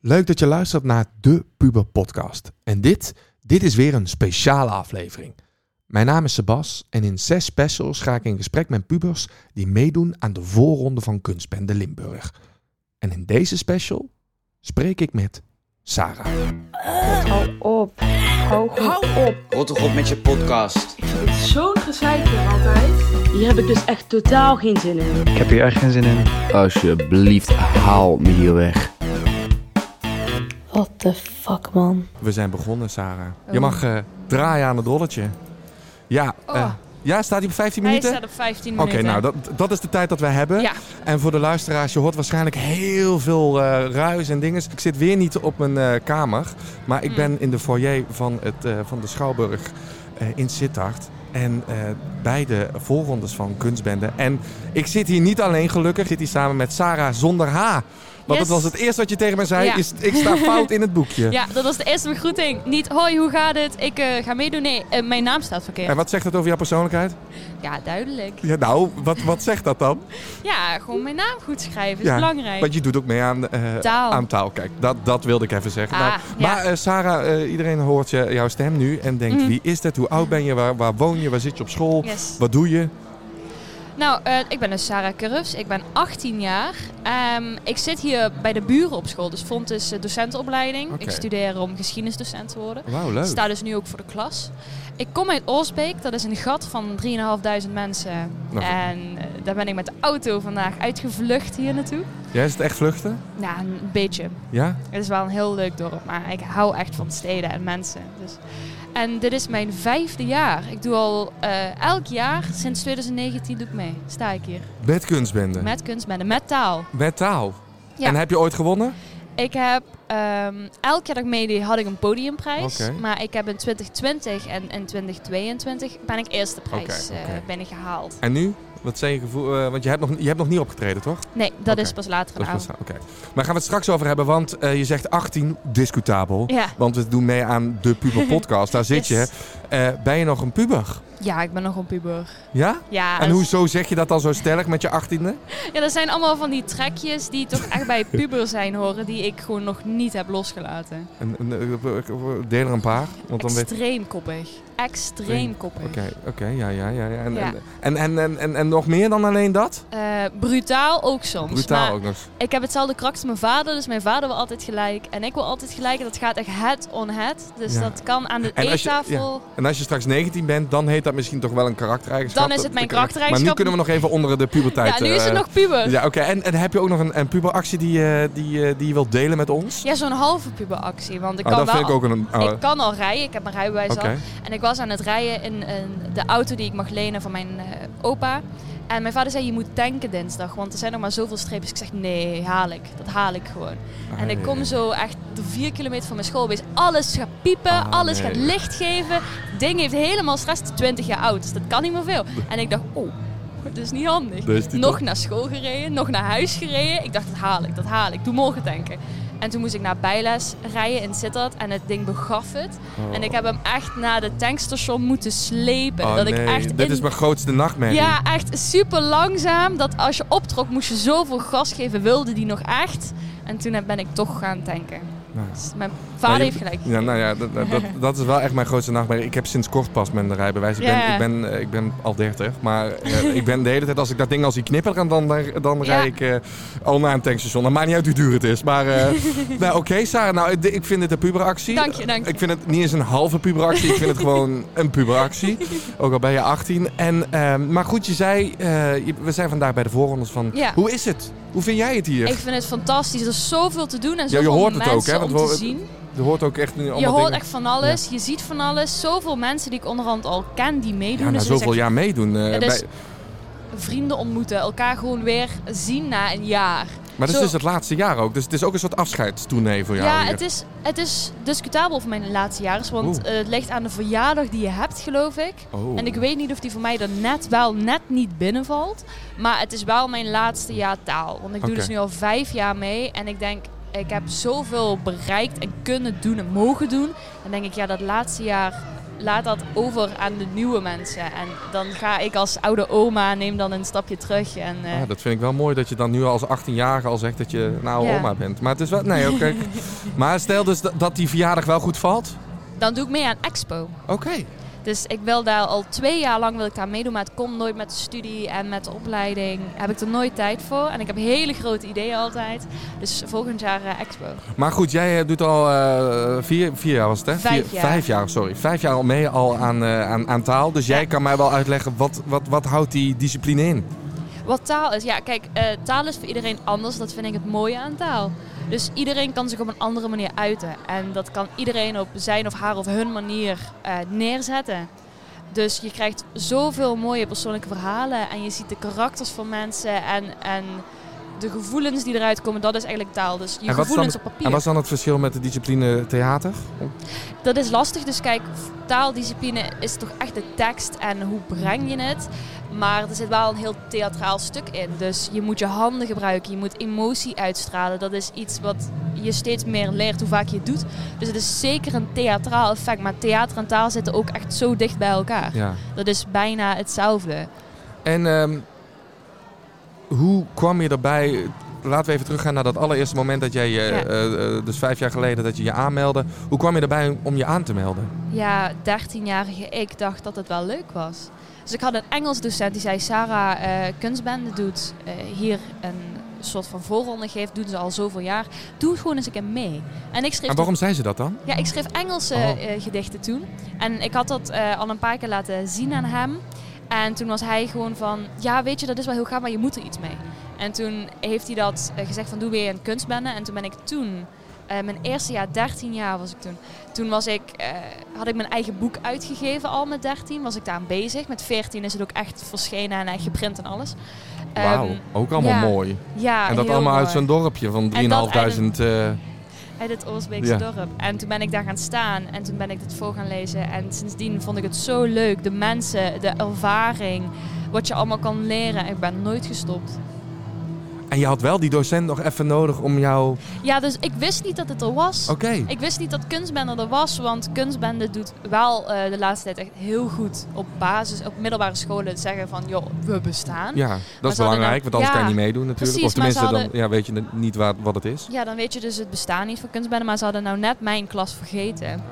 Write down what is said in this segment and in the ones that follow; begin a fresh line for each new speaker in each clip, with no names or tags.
Leuk dat je luistert naar de Puber Podcast. En dit, dit is weer een speciale aflevering. Mijn naam is Sebas en in zes specials ga ik in gesprek met pubers die meedoen aan de voorronde van Kunstbende Limburg. En in deze special spreek ik met Sarah.
Hou op. Hou goed op.
Rot toch op met je podcast.
Het is zo'n gezeik hier altijd.
Hier heb ik dus echt totaal geen zin in.
Ik heb hier echt geen zin in.
Alsjeblieft, haal me hier weg.
What the fuck, man.
We zijn begonnen, Sarah. Je mag eh, draaien aan het rolletje. Ja, eh, ja, staat hij op 15
Hij
minuten?
staat op 15
Oké,
minuten.
nou, dat, dat is de tijd dat wij hebben.
Ja.
En voor de luisteraars, je hoort waarschijnlijk heel veel eh, ruis en dingen. Ik zit weer niet op mijn eh, kamer, maar ik
Hmm.
ben in de foyer van, het, eh, van de Schouwburg eh, in Sittard. En eh, bij de voorrondes van Kunstbende. En ik zit hier niet alleen, gelukkig. Ik zit hier samen met Sarah zonder H. Want
Yes.
dat was het eerste wat je tegen mij zei.
Ja.
Is, ik sta fout in het boekje.
Ja, dat was de eerste begroeting. Niet hoi, hoe gaat het? Ik eh, ga meedoen. Nee, eh, mijn naam staat verkeerd.
En wat zegt dat over jouw persoonlijkheid?
Ja, duidelijk.
Ja, nou, wat, wat zegt dat dan?
Ja, gewoon mijn naam goed schrijven is
Ja,
belangrijk.
Want je doet ook mee aan, eh,
Taal.
aan taal. Kijk, dat, dat wilde ik even zeggen.
Ah,
Nou,
ja.
Maar eh, Sarah, eh, iedereen hoort je, jouw stem nu en denkt...
Mm.
wie is dat? Hoe oud ben je? Waar, waar woon je? Waar zit je op school?
Yes.
Wat doe je?
Nou, eh, ik ben dus Sarah Curfs. Ik ben 18 jaar. Ehm, ik zit hier bij de buren op school. Dus vond is eh, docentenopleiding.
Oké. Oh.
Ik studeer om geschiedenisdocent te worden.
Wauw,
Ik
leuk.
sta dus nu ook voor de klas. Ik kom uit Oorsbeek. Dat is een gat van 3.500 mensen.
Nou,
En eh, daar ben ik met de auto vandaag uitgevlucht hier naartoe.
Jij is het echt vluchten?
Nou, een beetje.
Ja?
Het is wel een heel leuk dorp, maar ik hou echt van steden en mensen. Dus. En dit is mijn vijfde jaar. Ik doe al eh, elk jaar, sinds 2019 doe ik mee. Sta ik hier.
Met kunstbende?
Met kunstbenden, met taal.
Met taal?
Ja.
En heb je ooit gewonnen?
Ik heb ehm, elk jaar dat ik meedeed had ik een podiumprijs.
Oké.
Maar ik heb in 2020 en in 2022 ben ik eerste prijs
Oké,
eh,
oké.
ben ik gehaald.
En nu? Wat zijn je gevoel? eh, want je hebt, nog, je hebt nog niet opgetreden, toch?
Nee, dat
Oké.
is pas later
Dat
gedaan.
is pas- Oké. Maar gaan we het straks over hebben, want eh, je zegt 18, discutabel.
Ja.
Want we doen mee aan de Puber Podcast. Daar zit
Yes.
je. Eh, ben je nog een puber?
Ja, ik ben nog een puber.
Ja?
Ja,
En
dat is-
hoezo zeg je dat dan zo sterk met je achttiende?
Ja, dat zijn allemaal van die trekjes die toch echt bij puber zijn horen, die ik gewoon nog niet heb losgelaten.
En, en, eh, ik- ik- deel er een paar, want dan weet
Extreem koppig. Extreem koppig.
Oké, oké, ja, ja, ja. ja. En,
Ja.
En, en, en, en, en nog meer dan alleen dat?
Eh, brutaal ook soms.
Brutaal
maar
ook nog. eens.
Ik heb hetzelfde kracht als mijn vader, dus mijn vader wil altijd gelijk. En ik wil altijd gelijk. En dat gaat echt head on head. Dus
Ja.
dat kan aan de
En als je-
eettafel.
En als je straks 19 bent, dan heet dat misschien toch wel een karaktereigenschap.
Dan is het mijn
Dat- dat-
karaktereigenschap.
Maar nu kunnen we nog even onder de
Ja,
puberteit...
nu is het
eh,
nog puber. Ja,
Ja, oké. En, en heb je ook nog een, een puberactie die, eh, die, eh, die je wilt delen met ons?
zo'n halve puberactie. Want ik
Oh,
kan
dat
wel.
vind ik ook een... oh,
Ik kan al rijden, ik heb mijn rijbewijs
Oké.
al. En ik was aan het rijden in, eh, de auto die ik mag lenen van mijn eh, opa. En mijn vader zei, je moet tanken dinsdag, want er zijn nog maar zoveel streepjes. Ik zeg, nee, haal ik. Dat haal ik gewoon.
Ah,
en ik kom zo echt de vier kilometer van mijn school wees. Alles gaat piepen,
Ah,
alles
nee.
gaat licht geven. Het ding heeft helemaal stress, Het is 20 jaar oud, dus dat kan niet meer veel. En ik dacht, oh, dat is niet handig.
Dat is niet
nog
handig.
naar school gereden, nog naar huis gereden. Ik dacht, dat haal ik, dat haal ik. Doe morgen tanken. En toen moest ik naar bijles rijden in Sittard en het ding begaf het. En ik heb hem echt naar de tankstation moeten slepen.
Oh,
dat
nee.
ik echt
Dit
in-
is mijn grootste nachtmerrie.
Ja, echt super langzaam. Dat als je optrok moest je zoveel gas geven, wilde die nog echt. En toen ben ik toch gaan tanken.
Nou.
Dus mijn
Maar
vader
je-
heeft gelijk.
Ja, nou ja, dat, dat, dat- dat is wel echt mijn grootste nachtmerrie. Ik heb sinds kort pas mijn rijbewijs. Ik, ben,
Ja.
ik, ben, eh, ik ben al 30, maar eh, ik ben de hele tijd, als ik dat ding als die knipper aan, dan, dan, dan
Ja.
rij ik eh, al naar een tankstation. Dan maakt niet uit hoe duur het is. Maar eh, nou, oké, Sarah, nou, ik- ik vind het een puberactie.
Dank je, dank je.
Ik vind het niet eens een halve puberactie, ik vind het gewoon een puberactie. Ook al ben je 18. En, eh, maar goed, je zei, eh, je- we zijn vandaag bij de voorrondes van.
Ja.
Hoe is het? Hoe vind jij het hier?
Ik vind het fantastisch. Er is zoveel te doen en
je
zoveel
hoort het
mensen
ook, hè, want
om
we-
te zien.
Je hoort ook echt nu allemaal
Je hoort
dingen.
echt van alles. Je ziet van alles. Zoveel mensen die ik onderhand al ken die meedoen.
ja, na
Dus het is
zoveel
echt dus
jaar meedoen. eh,
Het is-
bij-
Vrienden ontmoeten. Elkaar gewoon weer zien na een jaar.
Maar dit is
Zo-
dus het laatste jaar ook. Dus het is ook een soort afscheidstournee voor jou.
Ja,
hier.
het is, het is discutabel voor mijn laatste jaar. is, Want
Oeh.
eh, het ligt aan de verjaardag die je hebt, geloof ik.
Oh.
En ik weet niet of die voor mij er net wel net niet binnenvalt. Maar het is wel mijn laatste jaar taal. Want ik doe
Oké.
dus nu al vijf jaar mee. En ik denk, ik heb zoveel bereikt en kunnen doen en mogen doen. Dan denk ik, ja, dat laatste jaar laat dat over aan de nieuwe mensen. En dan ga ik als oude oma, neem dan een stapje terug. En, eh,
Ja, Ah, dat vind ik wel mooi dat je dan nu als 18-jarige al zegt dat je een oude
Ja.
oma bent. Maar het is wel. Nee, oké. maar stel dus dat, dat die verjaardag wel goed valt.
Dan doe ik mee aan Expo.
Oké.
Dus ik wil daar al twee jaar lang wil ik daar meedoen, maar het komt nooit met de studie en met de opleiding. Heb ik er nooit tijd voor. En ik heb hele grote ideeën altijd. Dus volgend jaar eh, Expo.
Maar goed, jij eh, doet al eh, vier, vier jaar was het, hè?
Vijf
Vier-
jaar.
Vijf jaar, sorry. Vijf jaar al mee al aan, eh, aan, aan taal. Dus jij
Ja.
kan mij wel uitleggen wat, wat, wat houdt die discipline in?
Wat taal is, ja kijk, eh, taal is voor iedereen anders. Dat vind ik het mooie aan taal. Dus iedereen kan zich op een andere manier uiten. En dat kan iedereen op zijn of haar of hun manier eh, neerzetten. Dus je krijgt zoveel mooie persoonlijke verhalen. En je ziet de karakters van mensen. En, en de gevoelens die eruit komen. Dat is eigenlijk taal. Dus je
En wat is dan-
gevoelens op papier.
En wat is dan het verschil met de discipline theater?
Dat is lastig, dus kijk, taaldiscipline is toch echt de tekst en hoe breng je het. Maar er zit wel een heel theatraal stuk in. Dus je moet je handen gebruiken, je moet emotie uitstralen. Dat is iets wat je steeds meer leert hoe vaak je het doet. Dus het is zeker een theatraal effect. Maar theater en taal zitten ook echt zo dicht bij elkaar.
Ja.
Dat is bijna hetzelfde.
En ehm, hoe kwam je erbij? Laten we even teruggaan naar dat allereerste moment dat jij je,
Ja.
eh, eh, dus vijf jaar geleden, dat je je aanmeldde. Hoe kwam je erbij om je aan te melden?
ja, 13-jarige ik dacht dat het wel leuk was. Dus ik had een Engels docent die zei: Sarah, eh, kunstbende doet eh, hier een soort van voorronde geeft, doen ze al zoveel jaar. Doe gewoon eens een keer mee. En ik schreef
En waarom zei ze dat dan?
ja, ik schreef Engelse
Oh.
eh, gedichten toen. En ik had dat eh, al een paar keer laten zien aan hem. En toen was hij gewoon van, ja weet je, dat is wel heel gaaf, maar je moet er iets mee. En toen heeft hij dat eh, gezegd van, doe weer een kunstbende. En toen ben ik toen, eh, mijn eerste jaar, 13 jaar was ik toen. Toen was ik, eh, had ik mijn eigen boek uitgegeven al met 13, was ik daar aan bezig. Met 14 is het ook echt verschenen en echt geprint en alles. Ehm,
Wauw, ook allemaal
ja.
mooi.
Ja,
en dat
heel
allemaal uit
mooi
zo'n dorpje van 3.500... eh,
uit het Oorsbeekse
Ja.
dorp. En toen ben ik daar gaan staan en toen ben ik dit voor gaan lezen. En sindsdien vond ik het zo leuk. De mensen, de ervaring, wat je allemaal kan leren. Ik ben nooit gestopt.
En je had wel die docent nog even nodig om jou...
Ja, dus ik wist niet dat het er was.
Oké.
Ik wist niet dat kunstbende er was, want kunstbende doet wel eh, de laatste tijd echt heel goed op basis, op middelbare scholen zeggen van, joh, we bestaan.
Ja, dat is
ze hadden
belangrijk,
dan-
want anders
ja,
kan je niet meedoen natuurlijk.
precies,
of
maar ze
tenminste, dan ja, weet je n- niet waar, wat het is.
Ja, dan weet je dus het bestaan niet van kunstbenden, maar ze hadden nou net mijn klas vergeten.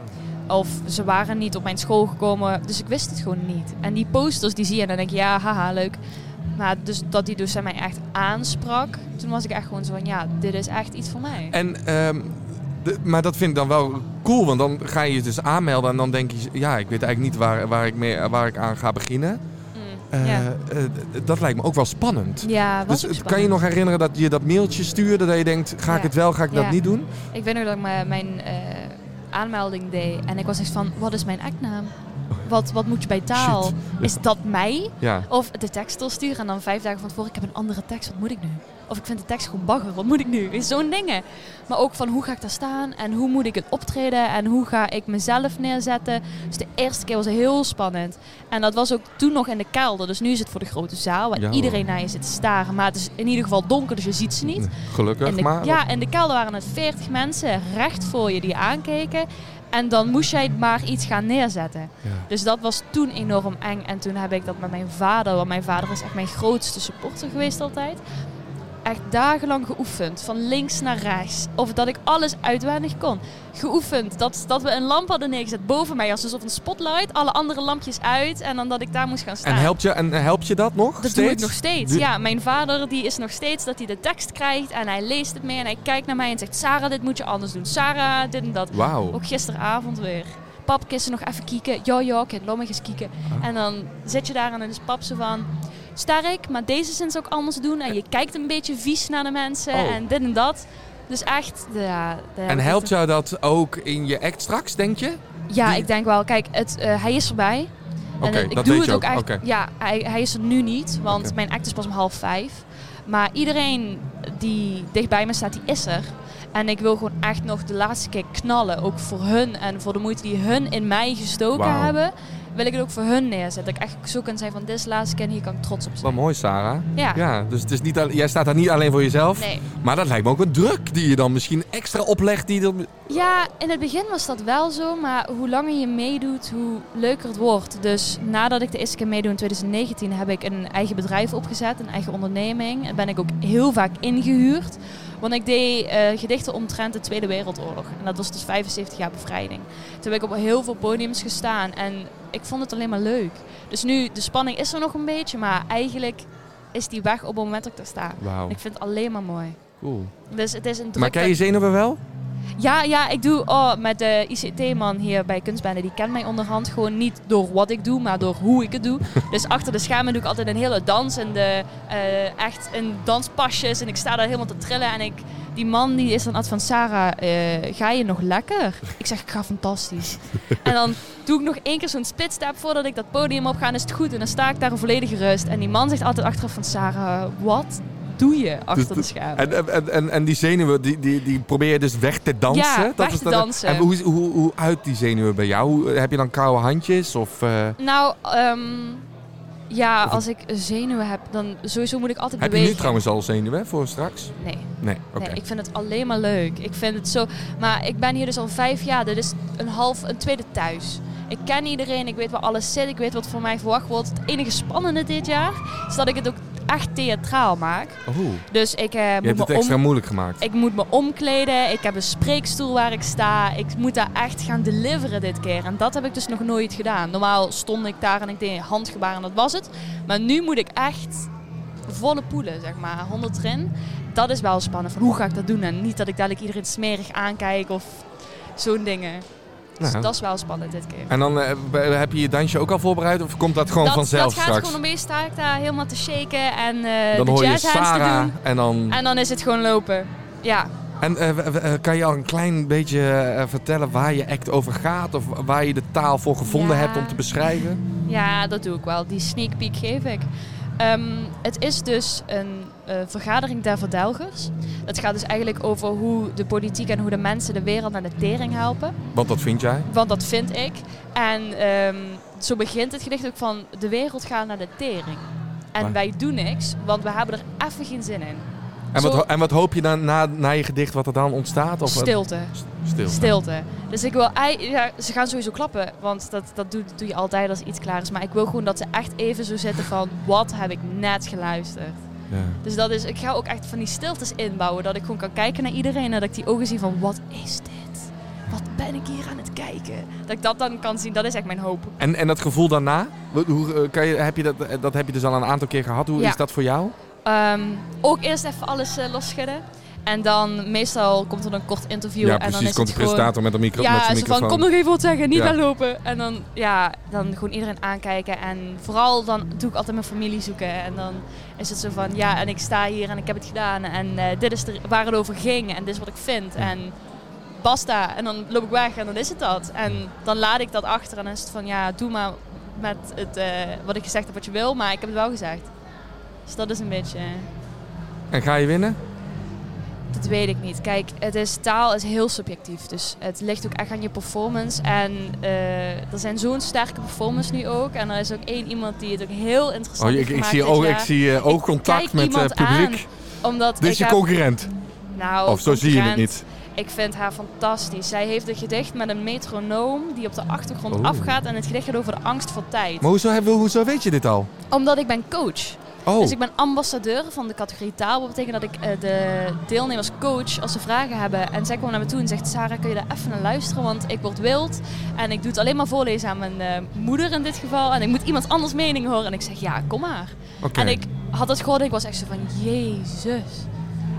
Of ze waren niet op mijn school gekomen, dus ik wist het gewoon niet. En die posters die zie je en dan denk je, ja, haha, leuk. Maar dus dat die docent mij echt aansprak, toen was ik echt gewoon zo van, ja, dit is echt iets voor mij.
En, ehm, de- maar dat vind ik dan wel cool, want dan ga je je dus aanmelden en dan denk je... Ja, ik weet eigenlijk niet waar, waar, ik, mee, waar ik aan ga beginnen.
Mm,
Eh,
ja,
eh, d- dat lijkt me ook wel spannend.
ja was
dus het-
ook spannend.
kan je nog herinneren dat je dat mailtje stuurde, dat je denkt, ga ik
Ja.
het wel, ga ik dat
Ja.
niet doen?
Ik weet nog dat ik mijn, mijn eh, aanmelding deed en ik was echt van, wat is mijn actnaam? Wat, wat moet je bij taal?
Shit.
Is dat mij?
Ja.
Of de tekst doorsturen en dan vijf dagen van tevoren, ik heb een andere tekst, wat moet ik nu? Of ik vind de tekst gewoon bagger, wat moet ik nu? Is Zo'n dingen. Maar ook van hoe ga ik daar staan en hoe moet ik het optreden en hoe ga ik mezelf neerzetten. Dus de eerste keer was heel spannend. En dat was ook toen nog in de kelder, dus nu is het voor de grote zaal waar
Ja, hoor.
iedereen naar je zit te staren. Maar het is in ieder geval donker, dus je ziet ze niet.
Mm, Gelukkig,
In de,
maar...
ja, in de kelder waren het 40 mensen recht voor je die aankeken. En dan moest jij maar iets gaan neerzetten.
Ja.
Dus dat was toen enorm eng. En toen heb ik dat met mijn vader, want mijn vader is echt mijn grootste supporter geweest altijd. Echt dagenlang geoefend, van links naar rechts. Of dat ik alles uitwendig kon. Geoefend, dat, dat we een lamp hadden neergezet boven mij, als alsof een spotlight. Alle andere lampjes uit en dan dat ik daar moest gaan staan.
En helpt je, en helpt je dat nog
Dat
steeds?
doe ik nog steeds.
Doe-
Ja, mijn vader die is nog steeds dat hij de tekst krijgt en hij leest het mee en hij kijkt naar mij en zegt: Sarah, dit moet je anders doen. Sarah, dit en dat.
Wauw.
Ook gisteravond weer. Pap, kissen nog even kieken. Ja, ja, kind, laat me eens kieken.
Ah.
En dan zit je daar en dan is pap zo van... Sterk, maar deze zin zou ik anders doen. En je kijkt een beetje vies naar de mensen
Oh.
en dit en dat. Dus echt, ja... daar heb
En
ik
helpt
echt-
jou dat ook in je act straks, denk je?
Ja,
die-
ik denk wel. Kijk, het, eh, hij is erbij.
Oké,
en eh, ik
dat
doe
weet
het
je
ook,
ook.
eigenlijk...
Oké.
Ja, hij, hij is er nu niet, want
Oké.
mijn act is pas om half vijf. Maar iedereen die dichtbij me staat, die is er. En ik wil gewoon echt nog de laatste keer knallen. Ook voor hun en voor de moeite die hun in mij gestoken
Wauw.
hebben. wil ik het ook voor hun neerzetten. Dat ik echt zo kan zijn van, dit is de laatste keer en hier kan ik trots op
Wat
zijn.
mooi, Sarah.
Ja.
Ja, dus het is niet al- jij staat daar niet alleen voor jezelf.
Nee.
Maar dat lijkt me ook een druk die je dan misschien extra oplegt. Die dan...
Ja, in het begin was dat wel zo, maar hoe langer je meedoet, hoe leuker het wordt. Dus nadat ik de eerste keer meedoe in 2019, heb ik een eigen bedrijf opgezet, een eigen onderneming. En ben ik ook heel vaak ingehuurd. Want ik deed eh, gedichten omtrent de Tweede Wereldoorlog. En dat was dus 75 jaar bevrijding. Toen heb ik op heel veel podiums gestaan en ik vond het alleen maar leuk. Dus nu, de spanning is er nog een beetje, maar eigenlijk is die weg op het moment dat ik daar sta.
Wauw,
Ik vind het alleen maar mooi.
cool.
Dus het is een druk.
Maar ken je zenuwen wel?
Ja, ja, ik doe oh, met de ICT-man hier bij Kunstbende. Die kent mij onderhand gewoon niet door wat ik doe, maar door hoe ik het doe. dus achter de schermen doe ik altijd een hele dans en de, eh, echt in danspasjes. En ik sta daar helemaal te trillen. En ik, die man die is dan altijd van, Sarah, eh, ga je nog lekker? Ik zeg, ik ga fantastisch. en dan doe ik nog één keer zo'n spitstap voordat ik dat podium op ga en is het goed. En dan sta ik daar in volledige rust. En die man zegt altijd achteraf van, Sarah, wat doe je achter de
Dus-
schermen?
En, en, en, en die zenuwen, die, die, die probeer je dus weg te dansen?
Ja,
dat
weg
is
te
dan-
dansen.
En hoe, hoe, hoe uit die zenuwen bij jou? Hoe- heb je dan koude handjes? Of, eh,
Nou, ehm, ja,
Of-
als ik zenuwen heb, dan sowieso moet ik altijd
heb je
bewegen.
nu trouwens al zenuwen voor straks?
Nee,
Nee, oké.
nee, ik vind het alleen maar leuk. Ik vind het zo... Maar ik ben hier dus al vijf jaar. Dit is een half, een tweede thuis. Ik ken iedereen, ik weet waar alles zit, ik weet wat van mij verwacht wordt. Het enige spannende dit jaar is dat ik het ook echt theatraal maak.
Oh,
Dus ik
je
eh, moet
hebt
me
het
om...
extra moeilijk gemaakt.
Ik moet me omkleden. Ik heb een spreekstoel waar ik sta. Ik moet daar echt gaan deliveren dit keer. En dat heb ik dus nog nooit gedaan. Normaal stond ik daar en ik deed handgebaren en dat was het. Maar nu moet ik echt volle poelen, zeg maar. 100 erin. Dat is wel spannend. Van hoe ga ik dat doen? En niet dat ik dadelijk iedereen smerig aankijk of zo'n dingen. Dus
Nou.
dat is wel spannend dit keer.
En dan eh, b- heb je je dansje ook al voorbereid? Of komt dat gewoon
dat,
vanzelf
dat gaat
straks?
gewoon een beetje sta ik daar helemaal te shaken en eh,
dan
de
hoor je
jazzhands te
Sarah
doen.
en dan...
En dan is het gewoon lopen. Ja.
En eh, w- w- eh, kan je al een klein beetje eh, vertellen waar je act over gaat? Of waar je de taal voor gevonden
Ja.
hebt om te beschrijven?
Ja, dat doe ik wel. Die sneak peek geef ik. Ehm, het is dus een eh, vergadering der verdelgers. Dat gaat dus eigenlijk over hoe de politiek en hoe de mensen de wereld naar de tering helpen.
Want dat vind jij?
Want dat vind ik. En ehm, zo begint het gedicht ook van de wereld gaat naar de tering. En
Maar-
wij doen niks, want we hebben er even geen zin in.
En wat,
Zo-
ho- en wat hoop je dan na, na je gedicht wat er dan ontstaat? Of
Stilte.
Stil.
Stilte. Dus ik wil... ei- Ja, ze gaan sowieso klappen, want dat, dat doe, doe je altijd als iets klaar is. Maar ik wil gewoon dat ze echt even zo zitten van... Wat heb ik net geluisterd?
Ja.
Dus dat is, ik ga ook echt van die stiltes inbouwen. Dat ik gewoon kan kijken naar iedereen. En dat ik die ogen zie van, wat is dit? Wat ben ik hier aan het kijken? Dat ik dat dan kan zien, dat is echt mijn hoop.
En, en dat gevoel daarna? Hoe- Hoe, eh, kan je, heb je dat, eh, dat heb je dus al een aantal keer gehad. Hoe
Ja.
is dat voor jou?
Ehm, ook eerst even alles eh, losschudden. En dan, meestal komt er een kort interview. en dan is het gewoon...
met een micro
Ja, zo van, kom nog even wat zeggen, niet
Ja.
weglopen. En dan, ja, dan gewoon iedereen aankijken. En vooral dan doe ik altijd mijn familie zoeken. En dan is het zo van, ja, en ik sta hier en ik heb het gedaan. En eh, dit is de, waar het over ging en dit is wat ik vind. En basta. En dan loop ik weg en dan is het dat. En dan laat ik dat achter en dan is het van, ja, doe maar met het, eh, wat ik gezegd heb wat je wil. Maar ik heb het wel gezegd. Dus dat is een beetje...
En ga je winnen?
Dat weet ik niet. Kijk, het is, taal is heel subjectief. Dus het ligt ook echt aan je performance. En eh, er zijn zo'n sterke performance nu ook. En er is ook één iemand die het ook heel
Oh,
interessant
ik,
heeft
ik,
gemaakt
zie,
dit
ook, ik
jaar.
zie eh, ook contact
kijk
met het
iemand
publiek.
Omdat
Dit
ik
is je
heb-
concurrent.
nou,
of zo zie je het
concurrent.
niet.
Ik vind haar fantastisch. Zij heeft een gedicht met een metronoom die op de achtergrond
Oeh.
afgaat. En het gedicht gaat over de angst voor tijd.
Maar hoezo, hebben we- hoezo weet je dit al?
Omdat ik ben coach.
Oh,
Dus ik ben ambassadeur van de categorie taal. Wat betekent dat ik eh, de deelnemers coach als ze vragen hebben. En zij kwam naar me toe en zegt: Sarah, kun je daar even naar luisteren? Want ik word wild. En ik doe het alleen maar voorlezen aan mijn eh, moeder in dit geval. En ik moet iemand anders mening horen. En ik zeg: Ja, kom maar.
oké.
En ik had dat gehoord en ik was echt zo van: Jezus.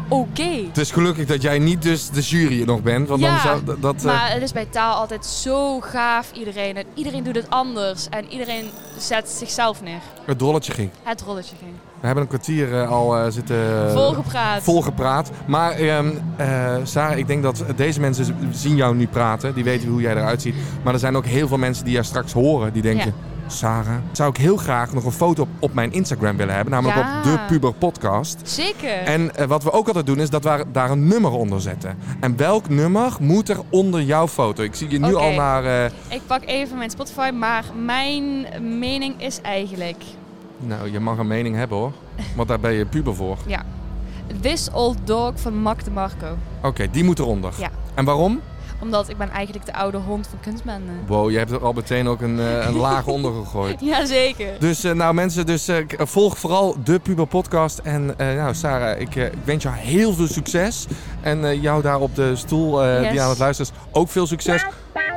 Oké.
Het is gelukkig dat jij niet dus de jury nog bent. Want dan
Ja,
zou dat... dat, eh,
Maar het is bij taal altijd zo gaaf, iedereen. En iedereen doet het anders. En iedereen zet zichzelf neer.
het rolletje ging.
Het rolletje ging.
We hebben een kwartier eh, al eh, zitten...
Volgepraat.
volgepraat. Maar ehm eh, Sarah, ik denk dat deze mensen zien jou nu praten. Die weten hoe jij eruit ziet. Maar er zijn ook heel veel mensen die jou straks horen. Die denken, Sarah, zou ik heel graag nog een foto op, op mijn Instagram willen hebben. Namelijk
Ja.
op de Puber Podcast.
Zeker.
En eh, wat we ook altijd doen is dat we daar een nummer onder zetten. En welk nummer moet er onder jouw foto? Ik zie je nu
Oké.
al naar... eh,
Ik pak even mijn Spotify, maar mijn mening is eigenlijk...
nou, je mag een mening hebben hoor. Want daar ben je puber voor.
This Old Dog van Mac de Marco.
Oké, die moet eronder.
Ja.
En waarom?
Omdat ik ben eigenlijk de oude hond van kunstmannen.
Wow, je hebt er al meteen ook een, eh, een laag onder gegooid.
Jazeker.
Dus eh, nou mensen, dus, eh, k- volg vooral de Puber Podcast. En eh, nou Sarah, ik, eh, ik wens jou heel veel succes. En eh, jou daar op de stoel eh, die
Yes.
aan het luisteren is, ook veel succes.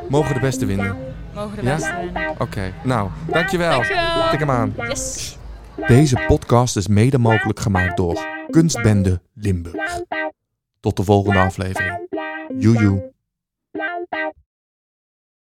Mogen de beste winnen.
Mogen de
Ja?
beste winnen.
Oké, nou, dankjewel.
Dankjewel.
Tik hem aan.
Yes.
Deze podcast is mede mogelijk gemaakt door Kunstbende Limburg. Tot de volgende aflevering. Joejoe.
Bye.